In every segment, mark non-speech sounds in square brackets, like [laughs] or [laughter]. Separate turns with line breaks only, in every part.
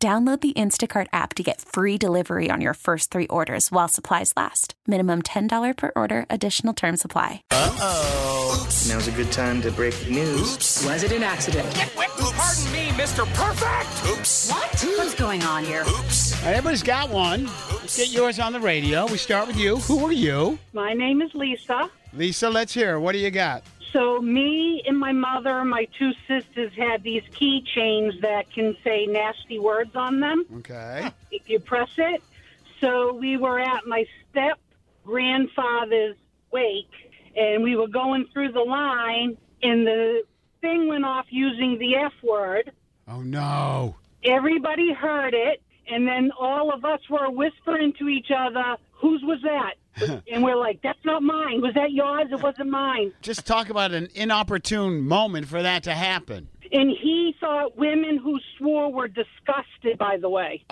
Download the Instacart app to get free delivery on your first three orders while supplies last. Minimum $10 per order, additional term supply.
Now's a good time to break the news. Oops.
Was it an accident?
Pardon me, Mr. Perfect. Oops.
What? What's going on here?
Oops.
All right, everybody's got one. Let's get yours on the radio. We start with you. Who are you?
My name is Lisa.
Lisa, let's hear. What do you got?
So, me and my mother, my two sisters had these keychains that can say nasty words on them
Okay.
if you press it. So, we were at my step grandfather's wake and we were going through the line, and the thing went off using the F word.
Oh, no.
Everybody heard it, and then all of us were whispering to each other, Whose was that? and we're like, That's not mine. Was that yours? It wasn't mine.
Just talk about an inopportune moment for that to happen.
And he thought women who swore were disgusted, by the way.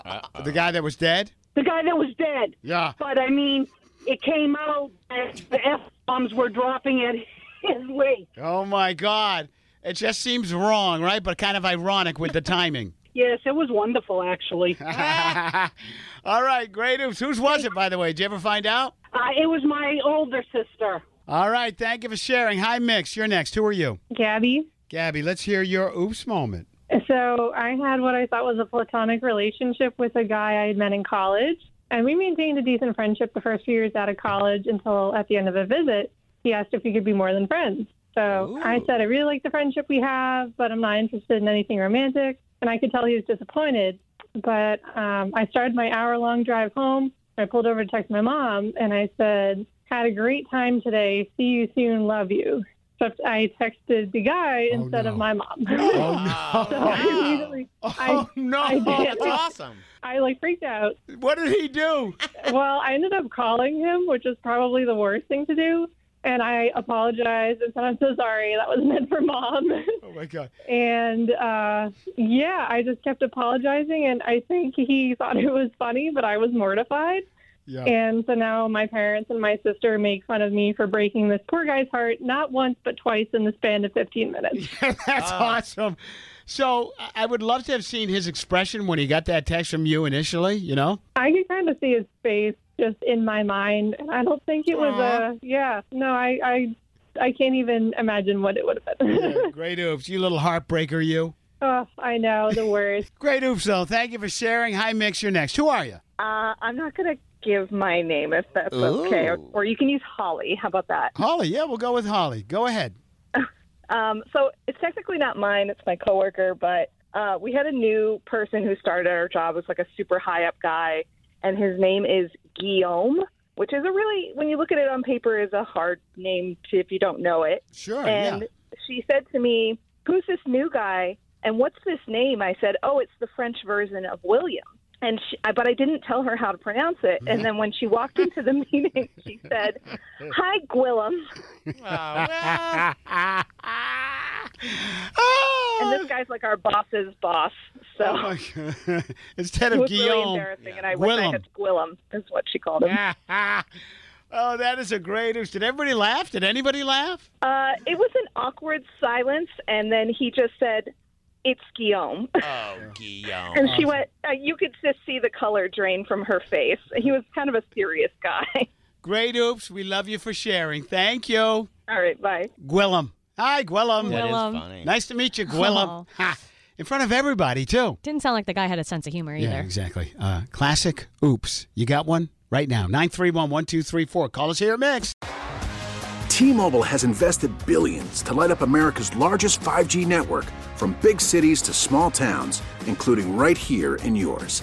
The guy that was dead?
The guy that was dead.
Yeah.
But I mean, it came out that the F bombs were dropping at [laughs] his wake.
Oh, my God. It just seems wrong, right? But kind of ironic with the timing. [laughs]
Yes, it was wonderful, actually. uh,
All right, great news. Whose was it, by the way? Did you ever find out?
Uh, it was my older sister.
All right, thank you for sharing. Hi, Mix. You're next. Who are you?
Gabby.
Gabby, let's hear your oops moment.
So I had what I thought was a platonic relationship with a guy I had met in college. And we maintained a decent friendship the first few years out of college until at the end of a visit, he asked if we could be more than friends. So I said, I really like the friendship we have, but I'm not interested in anything romantic. And I could tell he was disappointed. But um, I started my hour long drive home. I pulled over to text my mom and I said, Had a great time today. See you soon. Love you. Except I texted the guy
Oh,
instead
no.
of my mom.
Oh, no.
[laughs] So I immediately, I,
Oh, no.
I did.
awesome.
I like freaked out.
What did he do?
Well, I ended up calling him, which is probably the worst thing to do. And I apologized and said, I'm so sorry. That was [laughs] meant for mom.
Oh, my God.
and uh, yeah, I just kept apologizing. And I think he thought it was funny, but I was mortified.
Yeah. [laughs]
And so now my parents and my sister make fun of me for breaking this poor guy's heart, not once, but twice in the span of 15 minutes.
That's awesome. So I- I would love to have seen his expression when he got that text from you initially, you know?
I could kind of see his face just in my mind. and I don't think it was a yeah. No, I I I can't even imagine what it would have been.
Great oops. You little heartbreaker, you.
[laughs] oh, I know the worst.
Great oops, though. Thank you for sharing. Hi, Mix. You're next. Who are you?
Uh, I'm not going to give my name if that's okay. Or, or you can use Holly. How about that?
Holly. Yeah, we'll go with Holly. Go ahead.
Um, so it's technically not mine, it's my coworker, but uh, we had a new person who started at our job. It was like a super high up guy, and his name is Guillaume, which is a really, when you look at it on paper, is a hard name to, if you don't know it.
Sure.
And
Oh, yeah.
she said to me, Who's this new guy? And what's this name? I said, Oh, it's the French version of William. And she, I- but I didn't tell her how to pronounce it.
Mm-hmm.
And then when she walked into the [laughs] meeting, she said, "Hi, Gwillem." [laughs]
[laughs] Oh,
And this guy's like our boss's boss, so
Oh my God. [laughs] Instead
it
of
was really
Guillaume.
embarrassing. And I wish I
Gwillem.
had Gwillem, is what she called him.
[laughs] oh, that is a great oops. Did everybody laugh? Did anybody laugh?
Uh, it was an awkward silence, and then he just said, "It's Guillaume." [laughs]
Oh, Guillaume.
And she went. Uh, you could just see the color drain from her face. He was kind of a serious guy.
Great oops. We love you for sharing. Thank you.
All right, bye.
Gwillem. Hi, Gwillem.
That is
Willem.
funny.
Nice to meet you,
Aw.
Gwillem. Ha. In front of everybody, too.
Didn't sound like the guy had a sense of humor
Yeah,
either.
exactly. Uh, classic oops. You got one? Right now, 931 1234. Call us here at Mix.
T-Mobile has invested billions to light up America's largest 5G network from big cities to small towns, including right here in yours.